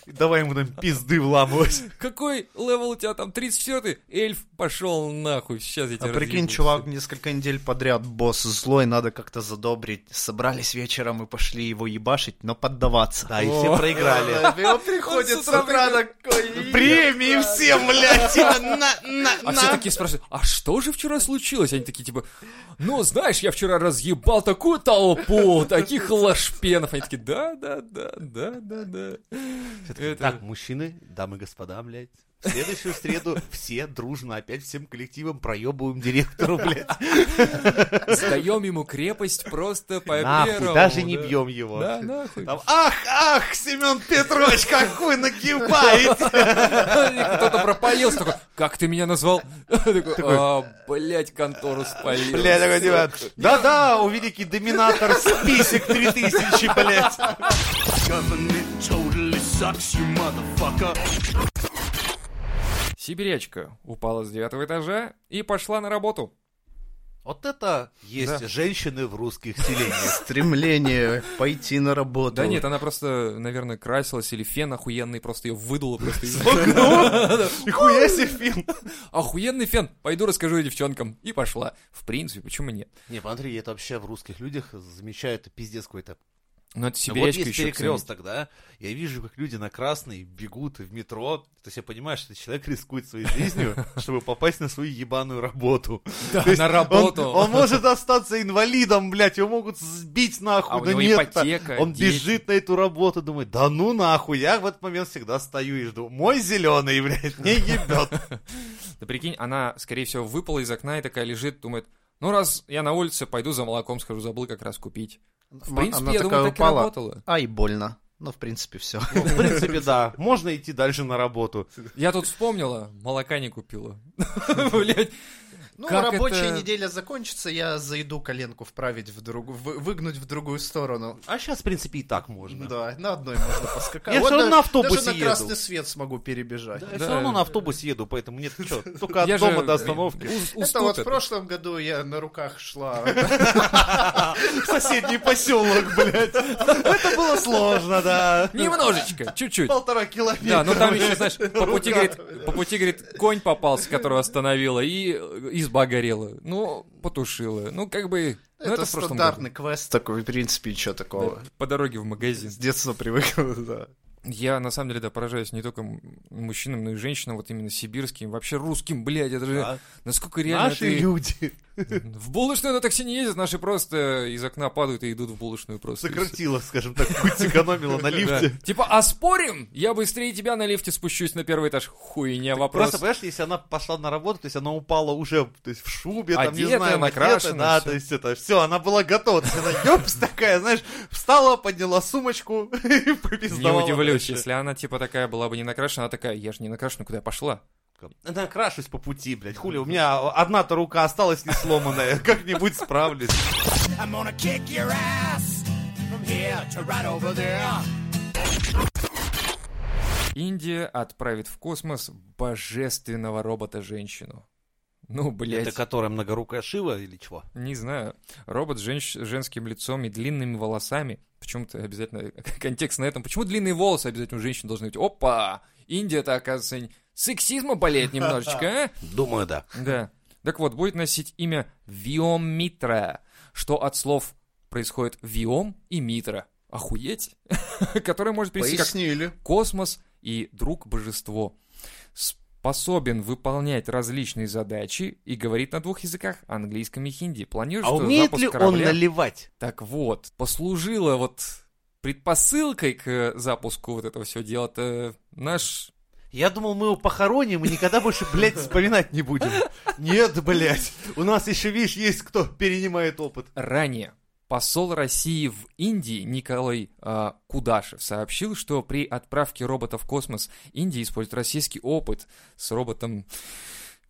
C: И Давай ему там пизды вламывать.
B: Какой левел у тебя там 34 Эльф, пошел нахуй, сейчас я
D: А
B: тебя
D: прикинь,
B: разъебу.
D: чувак, несколько недель подряд босс злой, надо как-то задобрить. Собрались вечером и пошли его ебашить, но поддаваться.
C: Да, и все проиграли.
D: И он приходит
B: С
D: с
B: утра
D: утра
B: придет.
D: такой...
C: Премии всем, блядь, типа, на, на,
B: А все такие спрашивают, а что же вчера случилось? Они такие, типа, ну, знаешь, я вчера разъебал такую толпу, таких лошпенов. Они такие, да, да, да, да, да, да.
C: Всё-таки, Так, мужчины, дамы и господа, блядь, в следующую среду все дружно опять всем коллективом проебываем директору, блядь.
B: Сдаем ему крепость просто по
C: Нахуй,
B: первому,
C: даже не
B: да.
C: бьем его.
B: Да, нахуй.
C: Там, ах, ах, Семен Петрович, какой нагибаете!
B: Кто-то пропалился такой, как ты меня назвал? Такой, а, блядь, контору спалил.
C: Блядь, такой, типа, да-да, у великий доминатор список 3000, блядь.
E: Government totally sucks, you motherfucker.
B: Сибирячка упала с девятого этажа и пошла на работу.
C: Вот это есть женщины в русских селениях.
D: Стремление пойти на работу.
B: Да нет, она просто, наверное, красилась, или фен охуенный просто ее выдуло просто. из-
C: Нихуя себе фильм.
B: Охуенный фен, пойду расскажу девчонкам. И пошла. В принципе, почему нет?
C: Не, посмотри, я это вообще в русских людях замечаю, это пиздец какой-то.
B: Но это
C: Ну, Вот
B: сибирячка
C: есть
B: еще.
C: перекресток, да? Я вижу, как люди на красный бегут в метро. То есть я понимаю, что человек рискует своей жизнью, чтобы попасть на свою ебаную работу.
B: Да,
C: То есть
B: на работу.
C: Он, он может остаться инвалидом, блядь, его могут сбить нахуй.
B: А у
C: да
B: него
C: нет,
B: ипотека,
C: Он
B: дети.
C: бежит на эту работу, думает, да ну нахуй, я в этот момент всегда стою и жду. Мой зеленый, блядь, не ебет.
B: Да прикинь, она, скорее всего, выпала из окна и такая лежит, думает, ну раз я на улице, пойду за молоком схожу, забыл как раз купить. В
D: М-
B: принципе,
D: она
B: я
D: такая
B: думаю, так и
D: упала.
B: работало.
D: Ай, больно. Ну, в принципе, все.
C: В принципе, да, можно идти дальше на работу.
B: Я тут вспомнила, молока не купила. Блять,
D: Ну,
B: Как
D: рабочая
B: это-
D: неделя закончится, я зайду коленку вправить в другую, выгнуть в другую сторону.
C: А сейчас, в принципе, и так можно.
D: Да, на одной можно поскакать.
C: Я
D: Вот
C: всё равно
D: да-
C: на автобусе
D: Даже на
C: еду.
D: красный свет смогу перебежать.
C: Да, я
B: Да.
C: все равно на автобусе еду, поэтому нет, чё, только от
B: Я
C: дома
B: же-
C: до остановки.
B: уз-
D: Это вот в
B: уступят.
D: прошлом году я на руках шла.
C: Соседний поселок, блядь. Это было сложно, да.
B: Немножечко, чуть-чуть.
C: Полтора километра.
B: Да, но там еще, знаешь, по пути,
C: Руками,
B: говорит, по пути, говорит, конь попался, которого остановила, и э, изба горела. Ну, потушила. Ну, как бы... ну,
D: Это
B: в прошлом
D: стандартный квест такой, в принципе, ничего такого.
B: году. Да, По дороге в магазин.
D: С детства привыкл, да.
B: Я, на самом деле, да, поражаюсь не только м- мужчинам, но и женщинам, вот именно сибирским, вообще русским, блядь, это же...
C: Да.
B: Насколько Э, реально
C: Наши
B: ты-
C: люди.
B: В булочную на такси не ездят, наши просто из окна падают и идут в булочную просто. и всё.
C: Сократила, скажем так, путь сэкономила на лифте.
B: Да. Типа, а спорим? Я быстрее тебя на лифте спущусь на первый этаж. Хуйня вопрос.
C: Просто, понимаешь, если она пошла на работу, то есть она упала уже то есть в шубе, там, не
B: Одетая,
C: знаю, одетая,
B: накрашенная,
C: да,
B: всё.
C: то есть это, все, она была готова. То есть она, ёпс, такая, знаешь, встала, подняла сумочку и
B: Не
C: попиздовала.
B: удивлюсь,
C: дальше.
B: если она, типа, такая была бы не накрашена, она такая, я же не накрашена, куда я пошла?
C: Накрашусь по пути, блядь, хули, у меня одна-то рука осталась не сломанная, как-нибудь справлюсь.
E: I'm gonna kick your ass from here to right over there.
B: Индия отправит в космос божественного робота-женщину. Ну, блядь.
C: Это которая многорукая Шива или чего?
B: Не знаю. Робот с женщ- женским лицом и длинными волосами. Почему-то обязательно контекст на этом. Почему длинные волосы обязательно у женщин должны быть? Опа! Индия-то, оказывается, не- сексизма болеет немножечко,
C: Думаю, да.
B: а? Да. Так вот, будет носить имя Виомитра, что от слов происходит Виом и Митра. Охуеть? Который может перевести как
D: Пояснили.
B: космос и друг божество. Способен выполнять различные задачи и говорит на двух языках, английском и хинди. Планирует,
C: А
B: что
C: умеет
B: запуск
C: ли он
B: корабля-
C: наливать?
B: Так вот, послужило вот предпосылкой к э, запуску вот этого всего дела это наш...
C: Я думал, мы его похороним и никогда больше, блядь, вспоминать не будем. Нет, блядь. У нас еще, видишь, есть кто перенимает опыт.
B: Ранее посол России в Индии Николай э, Кудашев сообщил, что при отправке робота в космос Индия использует российский опыт с роботом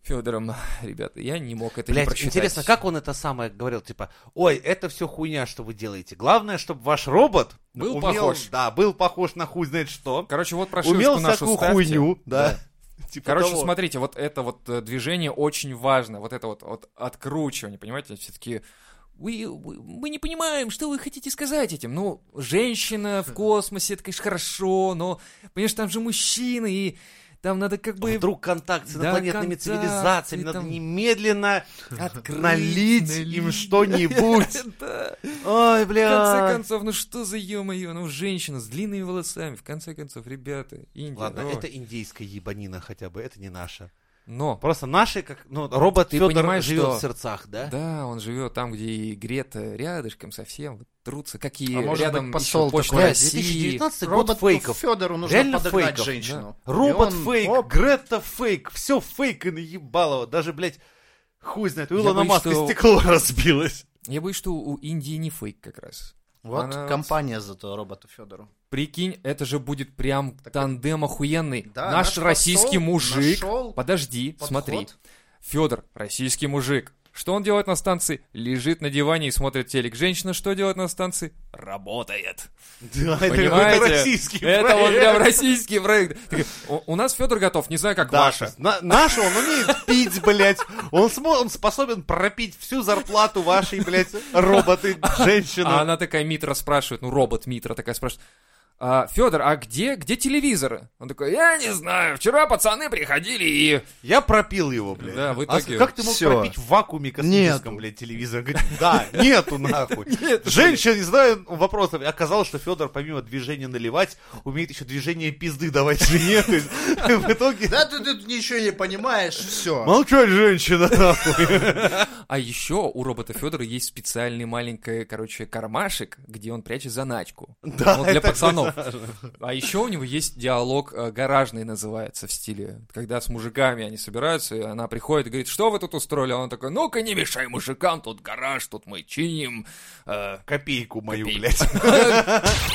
B: Федором. Ребята, я не мог это не
C: Блядь,
B: прочитать.
C: интересно, как он это самое говорил? Типа, ой, это все хуйня, что вы делаете. Главное, чтобы ваш робот
B: Был
C: умел-
B: похож.
C: Да, был похож на хуй знает что.
B: Короче, вот прошивочку
C: умел
B: нашу
C: всякую
B: ставьте.
C: хуйню, да. Типа
B: Короче,
C: того.
B: смотрите, вот это вот э, движение очень важно, вот это вот, вот откручивание, понимаете, все-таки вы, вы- мы не понимаем, что вы хотите сказать этим. Ну, женщина
C: Хм.
B: в космосе, это, конечно, хорошо, но, понимаешь, там же мужчины, и там надо как бы
C: Вдруг контакт с
B: А Да,
C: инопланетными
B: контакт,
C: цивилизациями,
B: и
C: надо
B: там-
C: немедленно
B: открыть,
C: налить им что-нибудь.
B: Да.
C: Ой,
B: В конце
C: бля.
B: концов, ну что за ё-моё, ну женщина с длинными волосами, в конце концов, ребята, Индия.
C: Ладно,
B: ой.
C: это индейская ебанина хотя бы, это не наша.
B: Но,
C: Просто наши, как, ну, робот
B: Ты
C: Федор
B: понимаешь,
C: живет
B: что-
C: в сердцах, да?
B: да, он живет там, где и Грета рядышком совсем, вот, трутся, какие
D: А может
B: рядом
D: быть,
B: ещё
D: посол
B: почта
D: такой,
C: Бля,
B: России.
C: 2019 год
D: Робот
C: фейков.
D: Федору нужно
C: Реально
D: подогнать
C: фейков,
D: женщину.
C: Робот
D: И он,
C: фейк,
D: оп,
C: Грета фейк, все фейк и наебалово. Даже, блядь, хуй знает, у
B: Я
C: Илона
B: боюсь,
C: Маска
B: что-
C: стекло разбилось.
B: Я боюсь, что у Индии не фейк как раз.
D: Вот
B: Она-
D: компания зато роботу Федору.
B: Прикинь, это же будет прям тандем охуенный.
D: Да,
B: наш,
D: наш
B: российский
D: посол
B: мужик.
D: нашел
B: Подожди,
D: подход.
B: смотри. Федор, российский мужик. Что он делает на станции? Лежит на диване и смотрит телек. Женщина что делает на станции? Работает.
C: Да, это
B: Понимаете?
C: какой-то российский
B: Это вот
C: проект.
B: прям российский проект. Так, У у нас Федор готов, не знаю, как
C: Да,
B: ваша.
C: на- наша, он умеет пить, блядь. Он, смо- он способен пропить всю зарплату вашей, блядь, роботы, женщины.
B: А она такая Митра спрашивает, ну робот Митра такая спрашивает, Федор, а где, где телевизор? Он такой, я не знаю, вчера пацаны приходили и...
C: Я пропил его, блядь.
B: Да, в
C: А
B: итоге-
C: как ты мог
D: Всё.
C: пропить в вакууме космическом,
D: Нету.
C: блядь, телевизор? Говорит, Да, нету нахуй. Женщина, не знаю вопросов. И Оказалось, что Федор помимо движения наливать, умеет еще движение пизды давать жене. То есть, В итоге...
D: Да ты тут ничего не понимаешь, все.
C: Молчать, женщина, нахуй.
B: А еще у робота Федора есть специальный маленький, короче, кармашек, где он прячет заначку.
C: Да,
B: Ну, для
C: это
B: пацанов. А еще у него есть диалог э, гаражный называется в стиле, когда с мужиками они собираются, и она приходит и говорит, что вы тут устроили? А он такой, ну-ка не мешай мужикам, тут гараж, тут мы чиним. э,
C: Копейку мою,
B: Копейку.
C: блядь.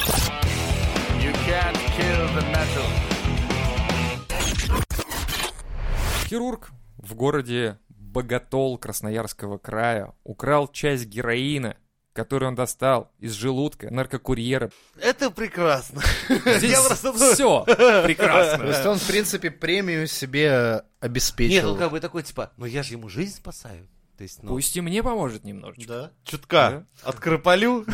B: Хирург в городе Боготол Красноярского края украл часть героина, которую он достал из желудка наркокурьера.
C: Это прекрасно.
B: Здесь
C: Я просто-
B: все
D: Э, То
B: прекрасно.
D: есть он, в принципе, премию себе
C: Нет,
D: обеспечил.
C: он как бы такой, типа, ну я же ему жизнь спасаю. То есть, ну,
B: Пусть и мне поможет немножечко.
D: Да.
C: чутка открыполю.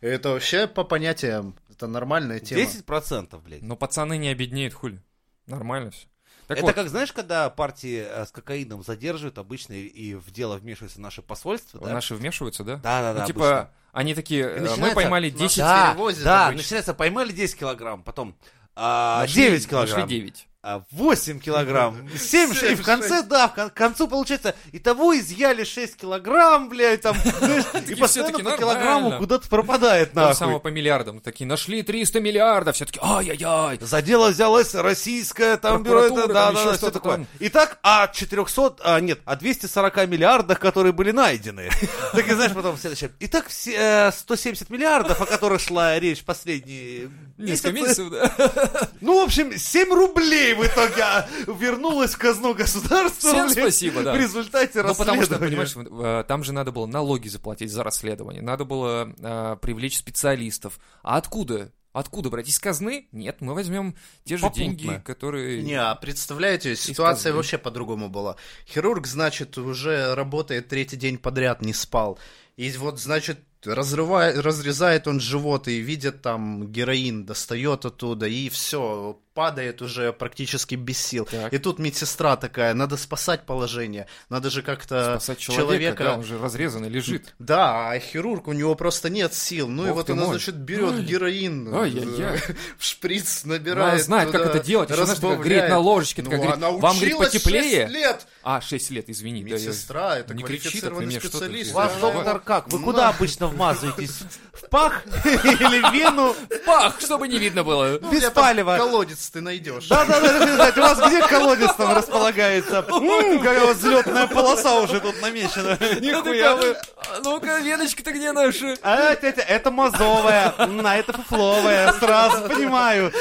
D: Это вообще по понятиям. Это нормальная тема.
C: 10%, блядь.
B: Но пацаны не обеднеют, хули. Нормально все. Так
C: это
B: вот,
C: как, знаешь, когда партии э, с кокаином задерживают обычно и- и в дело вмешиваются наши посольства, да?
B: наши вмешиваются, да?
C: Да-да-да,
B: Ну, типа,
C: обычно.
B: они такие,
C: И
B: э, мы
C: начинается-
B: поймали
C: Да,
B: 10,
C: да,
D: перевозят
C: да,
D: обычно.
C: начинается, поймали 10 килограмм, потом а,
B: нашли-
C: 9 килограмм,
B: Нашли 9.
C: а, 8 килограмм, 7, и в
D: Шесть,
C: конце, да, в кон- к концу получается, и того изъяли 6 килограмм, блядь, там, знаешь, и
B: Такие
C: постоянно
B: все-таки
C: по килограмму
B: нормально.
C: куда-то пропадает,
B: То же самое
C: нахуй.
B: по миллиардам. Такие, нашли 300 миллиардов. Все таки ай-яй-яй.
C: За дело взялась российская, там бюро,
B: Прокуратура,
C: это,
B: там
C: да,
B: еще
C: да, да, все
B: что-то
C: такое.
B: там.
C: Итак, о 400, а, нет, о 240 миллиардах, которые были найдены. Так и знаешь, потом следующее. Итак, все, э, 170 миллиардов, о которых шла речь последние
B: Несколько
C: месяцы.
B: месяцев, да.
C: Ну, в общем, 7 рублей в итоге а, вернулось в казну государства.
B: Всем
C: блядь,
B: спасибо, да.
C: В результате
B: Ну, потому что,
C: расследования.
B: понимаешь, э, там же надо было налоги заплатить за расследование, надо было э, привлечь специалистов. А откуда? Откуда брать? Из казны? Нет, мы возьмем те же
C: Попутно.
B: деньги, которые...
D: Не, а представляете, ситуация
B: казны.
D: вообще по-другому была. Хирург, значит, уже работает третий день подряд, не спал. И вот, значит, разрывает, разрезает он живот и видит там героин, достает оттуда, и все, падает уже практически без сил.
B: Так.
D: И тут медсестра такая, надо спасать положение, надо же как-то
B: Спасать человека, да, он же разрезанный лежит.
D: Да, а хирург, у него просто нет сил. Ну и
B: Бог
D: вот
B: ты
D: она,
B: мой.
D: значит, берет
B: Ай.
D: героин
B: Ай-яй-яй.
D: э, в шприц, набирает.
B: Она знает, как
D: туда,
B: это делать. Еще знаешь, такая греет
D: разбавляет.
B: на ложечке,
D: Ну,
B: такая говорит,
D: она
B: вам, говорит,
D: училась
B: потеплее.
D: шесть лет.
B: А, 6 лет, извини. да я-
D: Медсестра, это
B: не кричи так на
D: квалифицированный
B: меня, что ты.
D: специалист.
C: Ваш
D: Да.
C: доктор как? Вы
D: Ну.
C: куда обычно вмазываетесь? Ну, В пах или в вену?
B: Пах, чтобы не видно было.
D: Ну,
C: Без
D: где там
C: палева.
D: Колодец ты найдешь.
C: Да, да, да, да, да, да, У вас где колодец там располагается? М, Какая вот взлетная полоса уже тут намечена. Ну, Нихуя вы.
B: «А Ну-ка, веточка-то где наша?
C: А, это, это, это мазовая, м, а это фуфловая, сразу понимаю.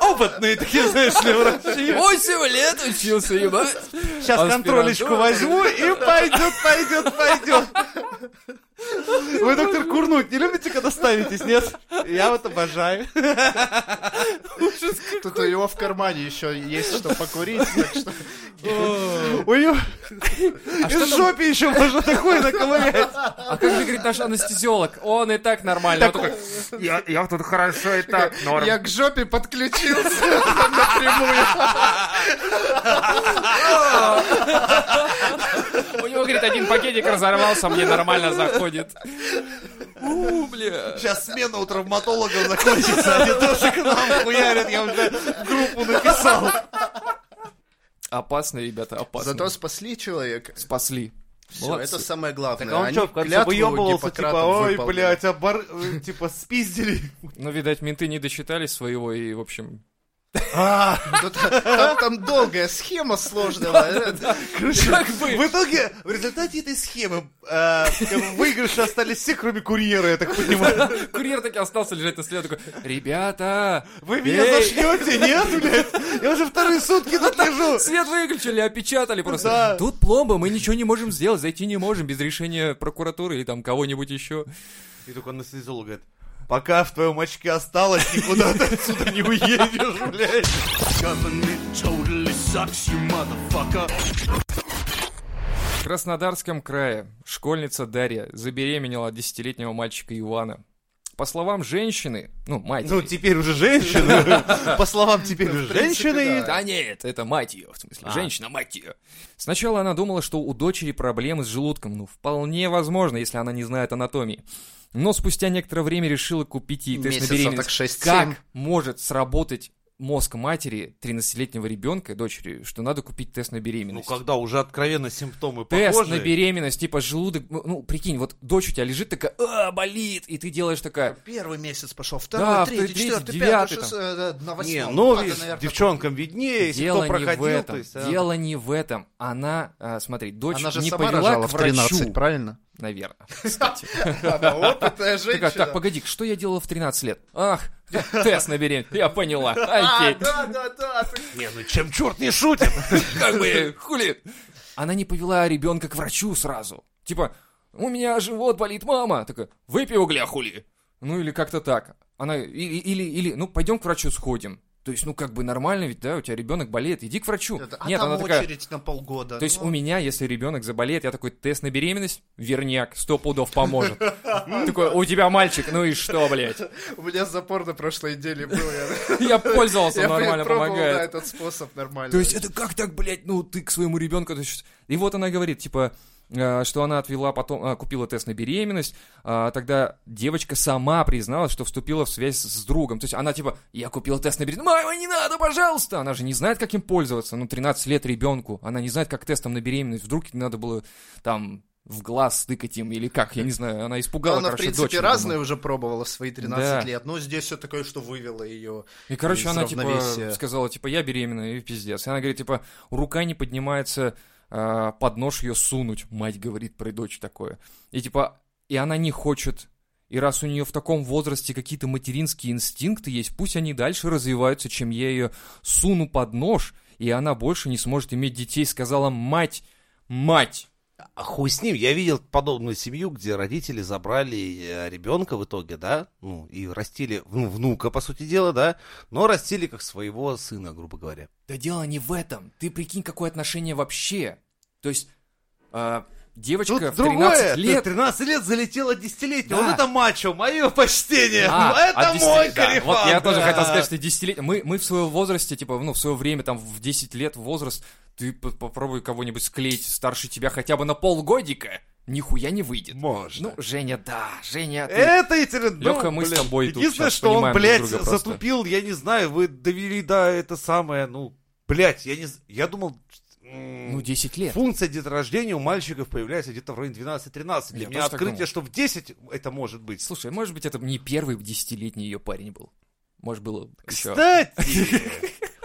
C: Опытные такие, знаешь ли, врачи.
B: 8 лет учился, ебать.
C: Сейчас контролечку возьму и пойдет, пойдет, пойдет. Вы, доктор, курнуть не любите, когда ставитесь, нет? Я вот обожаю.
D: Тут у него в кармане еще есть что покурить, так что...
C: У него из жопы еще можно такое наковырять.
B: А как же, говорит, наш анестезиолог? Он и так нормально. Он такой,
A: Я, я тут хорошо и так, норм.
D: Я к жопе подключился напрямую.
B: У него, говорит, один пакетик разорвался, мне нормально заходит. У, бля.
C: Сейчас смена у травматологов закончится, они тоже к нам хуярят, я уже в группу написал.
B: Опасно, ребята, опасно.
D: Зато спасли человека.
B: спасли.
D: Все,
B: Молодцы.
D: это самое главное.
C: Так а он
D: Они
C: что, в конце
D: клятву
C: выебывался,
D: Гиппократа
C: типа, ой,
D: выполнили.
C: блядь, обор... э, типа, спиздили.
B: Ну, видать, менты не досчитались своего и, в общем...
C: А,
D: Ну, та- Там там долгая схема сложная.
B: Как бы...
C: В итоге, в результате этой схемы, э, как бы выигрыши остались все, кроме курьера, я так понимаю.
B: Курьер таки остался лежать на следу, такой, ребята,
C: Вы меня
B: эй,
C: зашьете, нет, блядь? Я уже вторые сутки тут лежу.
B: Свет выключили, опечатали просто.
C: Да.
B: Тут пломба, мы ничего не можем сделать, зайти не можем без решения прокуратуры или там кого-нибудь еще.
C: И только анестезиолог говорит, пока в твоем очке осталось, никуда ты отсюда не уедешь, блядь.
E: Government totally sucks, you motherfucker.
B: В Краснодарском крае школьница Дарья забеременела от десятилетнего мальчика Ивана. По словам женщины, ну, матери.
C: Ну, теперь уже женщины. По словам теперь уже
D: принципе,
C: женщины.
D: да.
B: Да а нет, это мать ее, в
D: А.
B: смысле, женщина мать ее. Сначала она думала, что у дочери проблемы с желудком, ну, вполне возможно, если она не знает анатомии. Но спустя некоторое время решила купить ей тест на
D: Месяцев
B: беременность.
D: так шесть-семь.
B: как может сработать мозг матери 13-летнего ребенка, дочери, что надо купить тест на
D: Ну,
B: беременность?
C: Ну, уже откровенно симптомы
B: Тест на беременность, типа желудок, ну, ну, прикинь, вот дочь у тебя лежит такая, а, болит, и ты делаешь такая,
D: Первый месяц пошел,
B: Да,
D: второй,
B: второй,
D: третий,
B: третий,
D: четвертый,
B: девятый
D: пятый, шестой, э, на
B: А
D: восьмом.
C: Не, ну,
D: Надо,
C: видишь,
D: наверное,
C: девчонкам виднее, если
B: дело
C: кто
B: не в
C: проходил,
B: этом,
C: то есть... а.
B: дело не в этом, она, а, смотри, дочь
D: Она же
B: не
D: сама
B: повела
D: рожала
B: к
D: в
B: врачу,
D: 13, правильно?
B: наверное, кстати.
D: Она опытная
B: Такая,
D: женщина.
B: так, погоди, что я делала в 13 лет? Ах, тест на беременность, я поняла,
D: А,
B: окей,
D: да, да, да. ты-
C: Не, ну чем черт не шутит?
B: как бы, хули. Она не повела ребенка к врачу сразу, типа, у меня живот болит, мама, такая, выпей угля, хули. Ну или как-то так. Она или, или, или, ну пойдем к врачу сходим. То есть, ну как бы нормально ведь, да, у тебя ребенок болеет, иди к врачу.
D: Это- А
B: Нет,
D: там
B: она такая,
D: очередь на полгода.
B: То есть
D: Ну,
B: у меня, если ребенок заболеет, я такой тест на беременность, верняк, сто пудов поможет. Такой, у тебя мальчик, ну и что, блядь?
D: у меня запор на прошлой неделе был. я-
B: Я пользовался,
D: Я
B: нормально
D: пробовал, да,
B: помогает.
D: этот способ нормально.
B: То есть это как так, блядь, ну ты к своему ребенку... И вот она говорит, типа, э, что она отвела потом, а, купила тест на беременность, а, тогда девочка сама призналась, что вступила в связь с другом. То есть она типа, я купила тест на беременность, мама, не надо, пожалуйста! Она же не знает, как им пользоваться, ну 13 лет ребенку, она не знает, как тестом на беременность, вдруг надо было там в глаз тыкать им или как, я не знаю, она
D: Да,
B: испугала,
D: Ну, она, в
B: короче,
D: принципе,
B: дочь, я
D: разные
B: думаю.
D: уже пробовала в свои 13
B: Да.
D: лет. Но здесь все такое, что вывело ее.
B: И, короче,
D: из
B: она, типа,
D: равновесия.
B: сказала, типа, я беременна, и пиздец. И она говорит, типа, рука не поднимается а, под нож ее сунуть, мать говорит про дочь такое. И, типа, и она не хочет. И раз у нее в таком возрасте какие-то материнские инстинкты есть, пусть они дальше развиваются, чем я ее суну под нож, и она больше не сможет иметь детей, сказала мать, мать.
C: А хуй с ним, я видел подобную семью, где родители забрали э, ребенка в итоге, да, ну, и растили, ну, внука, по сути дела, да, но растили как своего сына, грубо говоря.
B: Да дело не в этом. Ты прикинь, какое отношение вообще. То есть, а, девочка в 13
C: Ты
B: лет
C: 13 лет залетело десятилетие.
B: Да.
C: Вот это мачо, мое почтение.
B: А,
C: ну, это
B: от десяти-
C: мой
B: да,
C: корефан.
B: Вот я тоже
C: да.
B: хотел сказать, что десятилетие. Мы, мы в своем возрасте, типа, ну, в свое время, там, в 10 лет возраст, ты по- попробуй кого-нибудь склеить старше тебя хотя бы на полгодика. Нихуя не выйдет.
C: Можно.
B: Ну, Женя, да, Женя, ты...
C: Это и тер- ну,
B: Лёха, мы с
C: блядь,
B: тобой тут
C: Единственное,
B: щас
C: что он,
B: понимаем друг
C: блядь,
B: друга просто.
C: затупил, я не знаю, вы довели до это самое, ну, блядь, я не... з- Я думал... м,
B: Ну, 10 лет.
C: Функция деторождения у мальчиков появляется где-то в районе 12-13.
B: Я
C: Для меня
B: тоже так
C: открытие,
B: думал.
C: что в 10 это может быть.
B: Слушай, может быть, это не первый десятилетний ее парень был. Может, было еще...
C: Кстати!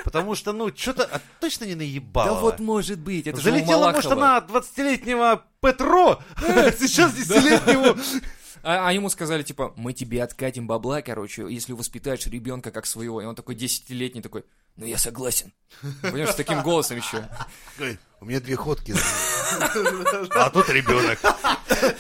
C: Потому что, ну, что-то точно не наебало.
B: Да вот может быть, это же у
C: Залетела, может,
B: Малахова.
C: она от 20-летнего Петро,
B: Э,
C: а сейчас 10-летнего...
B: А, а ему сказали, типа, мы тебе откатим бабла, короче, если воспитаешь ребенка как своего. И он такой десятилетний такой, ну я согласен. Понимаешь, с таким голосом еще.
C: У меня две ходки. А тут ребенок.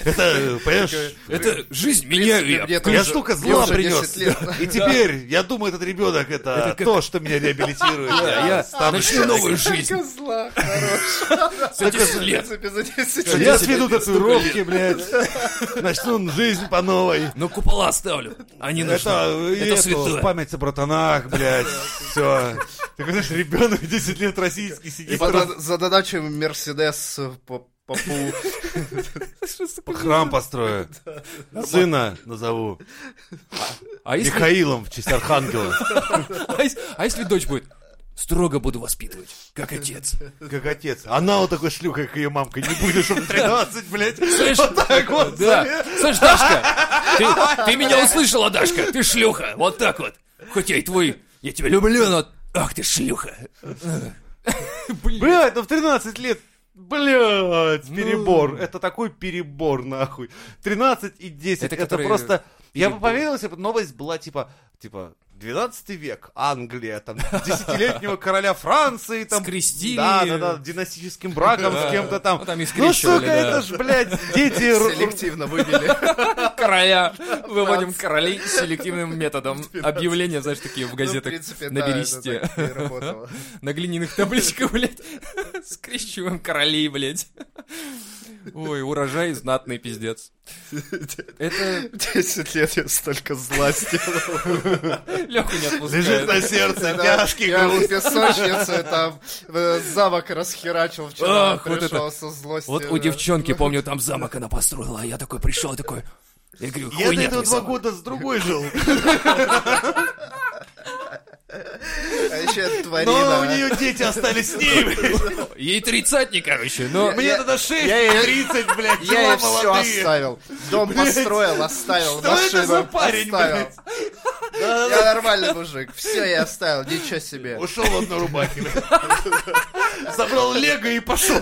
C: Это, понимаешь,
B: Это жизнь меня,
D: принципе,
B: я-
D: мне
C: я
D: тоже
C: столько зла
D: уже 10
C: принес.
D: лет.
C: И теперь, я думаю, этот ребенок это то, что меня реабилитирует.
B: я
C: стану
B: начну
C: человеком.
B: новую жизнь
D: Козла, хорош.
B: с этих лет.
D: за 10 лет.
C: Я сведу татуировки, блядь. Начну жизнь по новой.
B: Но купола оставлю. а Они нужны.
C: Это,
B: Это
C: это
B: святое.
C: память о братанах, блядь. Все. Ты понимаешь, ребенок 10 лет российский сидит.
D: И потом зададачим Мерседес э, по попу.
C: Храм построю. Сына назову.
B: А если,
C: Михаилом в честь Архангела.
B: а ес- а если дочь будет? Строго буду воспитывать, как отец.
C: Как отец. Она вот такой шлюха, как ее мамка. Не будешь он 13, блядь.
B: Слышь,
C: Вот так вот.
B: Да. Слышь, Дашка, ты, ты меня услышала, Дашка, ты шлюха, вот так вот. Хотя и твой, я тебя люблю, но... Ах ты шлюха. Блин.
C: Блядь, ну в 13 лет, блядь,
B: Ну.
C: перебор. Это такой перебор, нахуй. 13 и 10,
B: Это
C: это,
B: который
C: просто... Я бы
B: перебор.
C: поверил, если бы новость была типа, типа, 12 век, Англия, там, десятилетнего короля Франции, там...
B: Скрестили.
C: Да, да, да, династическим браком с кем-то там.
B: Ну, там и
C: Ну,
B: скрещивали,
C: сука,
B: да.
C: это ж, блядь, дети... ру-
D: Селективно выбили.
B: Короля. Выводим королей селективным методом. Объявления, знаешь, такие в газетах
D: Ну, в принципе,
B: на
D: да, это
B: бересте.
D: так и работало.
B: На глиняных табличках, блядь. Скрещиваем королей, блядь. Ой, урожай знатный пиздец. Это
D: 10 лет я столько зла сделал.
B: Леху не
C: Лежит
B: отпускает.
C: на сердце
D: Да,
C: тяжкий
D: Я
C: груз.
D: в песочнице там э, замок расхерачил вчера,
B: Ах, вот
D: пришел
B: это.
D: со злостью.
B: Вот у девчонки, помню, там замок она построила, а я такой пришел, такой... Я говорю,
C: Я до
B: хуйня
C: этого
B: твой
C: два
B: замок».
C: года с другой жил.
D: А еще
C: Но Ну, у
D: тварина.
C: нее дети остались с ней. блядь.
B: Ей тридцатник, короче, но...
C: Мне тогда 6,
D: я ей-
C: 30, блядь,
D: Я
C: дела
D: ей все
C: молодые.
D: оставил. Дом построил, оставил.
C: Что это за
D: машину
C: парень,
D: оставил. Я нормальный мужик. Все я оставил, ничего себе.
C: Ушел в одной рубахе. блядь. Забрал Лего и пошел.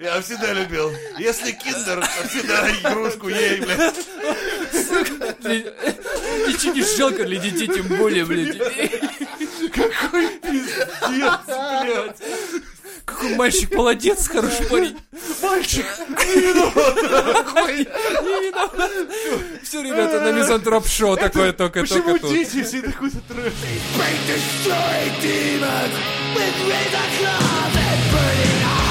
C: Я всегда любил. Если киндер, то всегда игрушку ей, блядь.
B: Ничего не жалко для детей, тем более, блядь.
C: Какой пиздец, блядь.
B: Какой мальчик молодец, хороший парень.
C: Мальчик.
B: Все, ребята, на мизантроп-шоу такое только-только
C: Почему
B: тут.
C: дети все такой-то трэш?
E: Break, destroy demons with razor claws and burning eyes.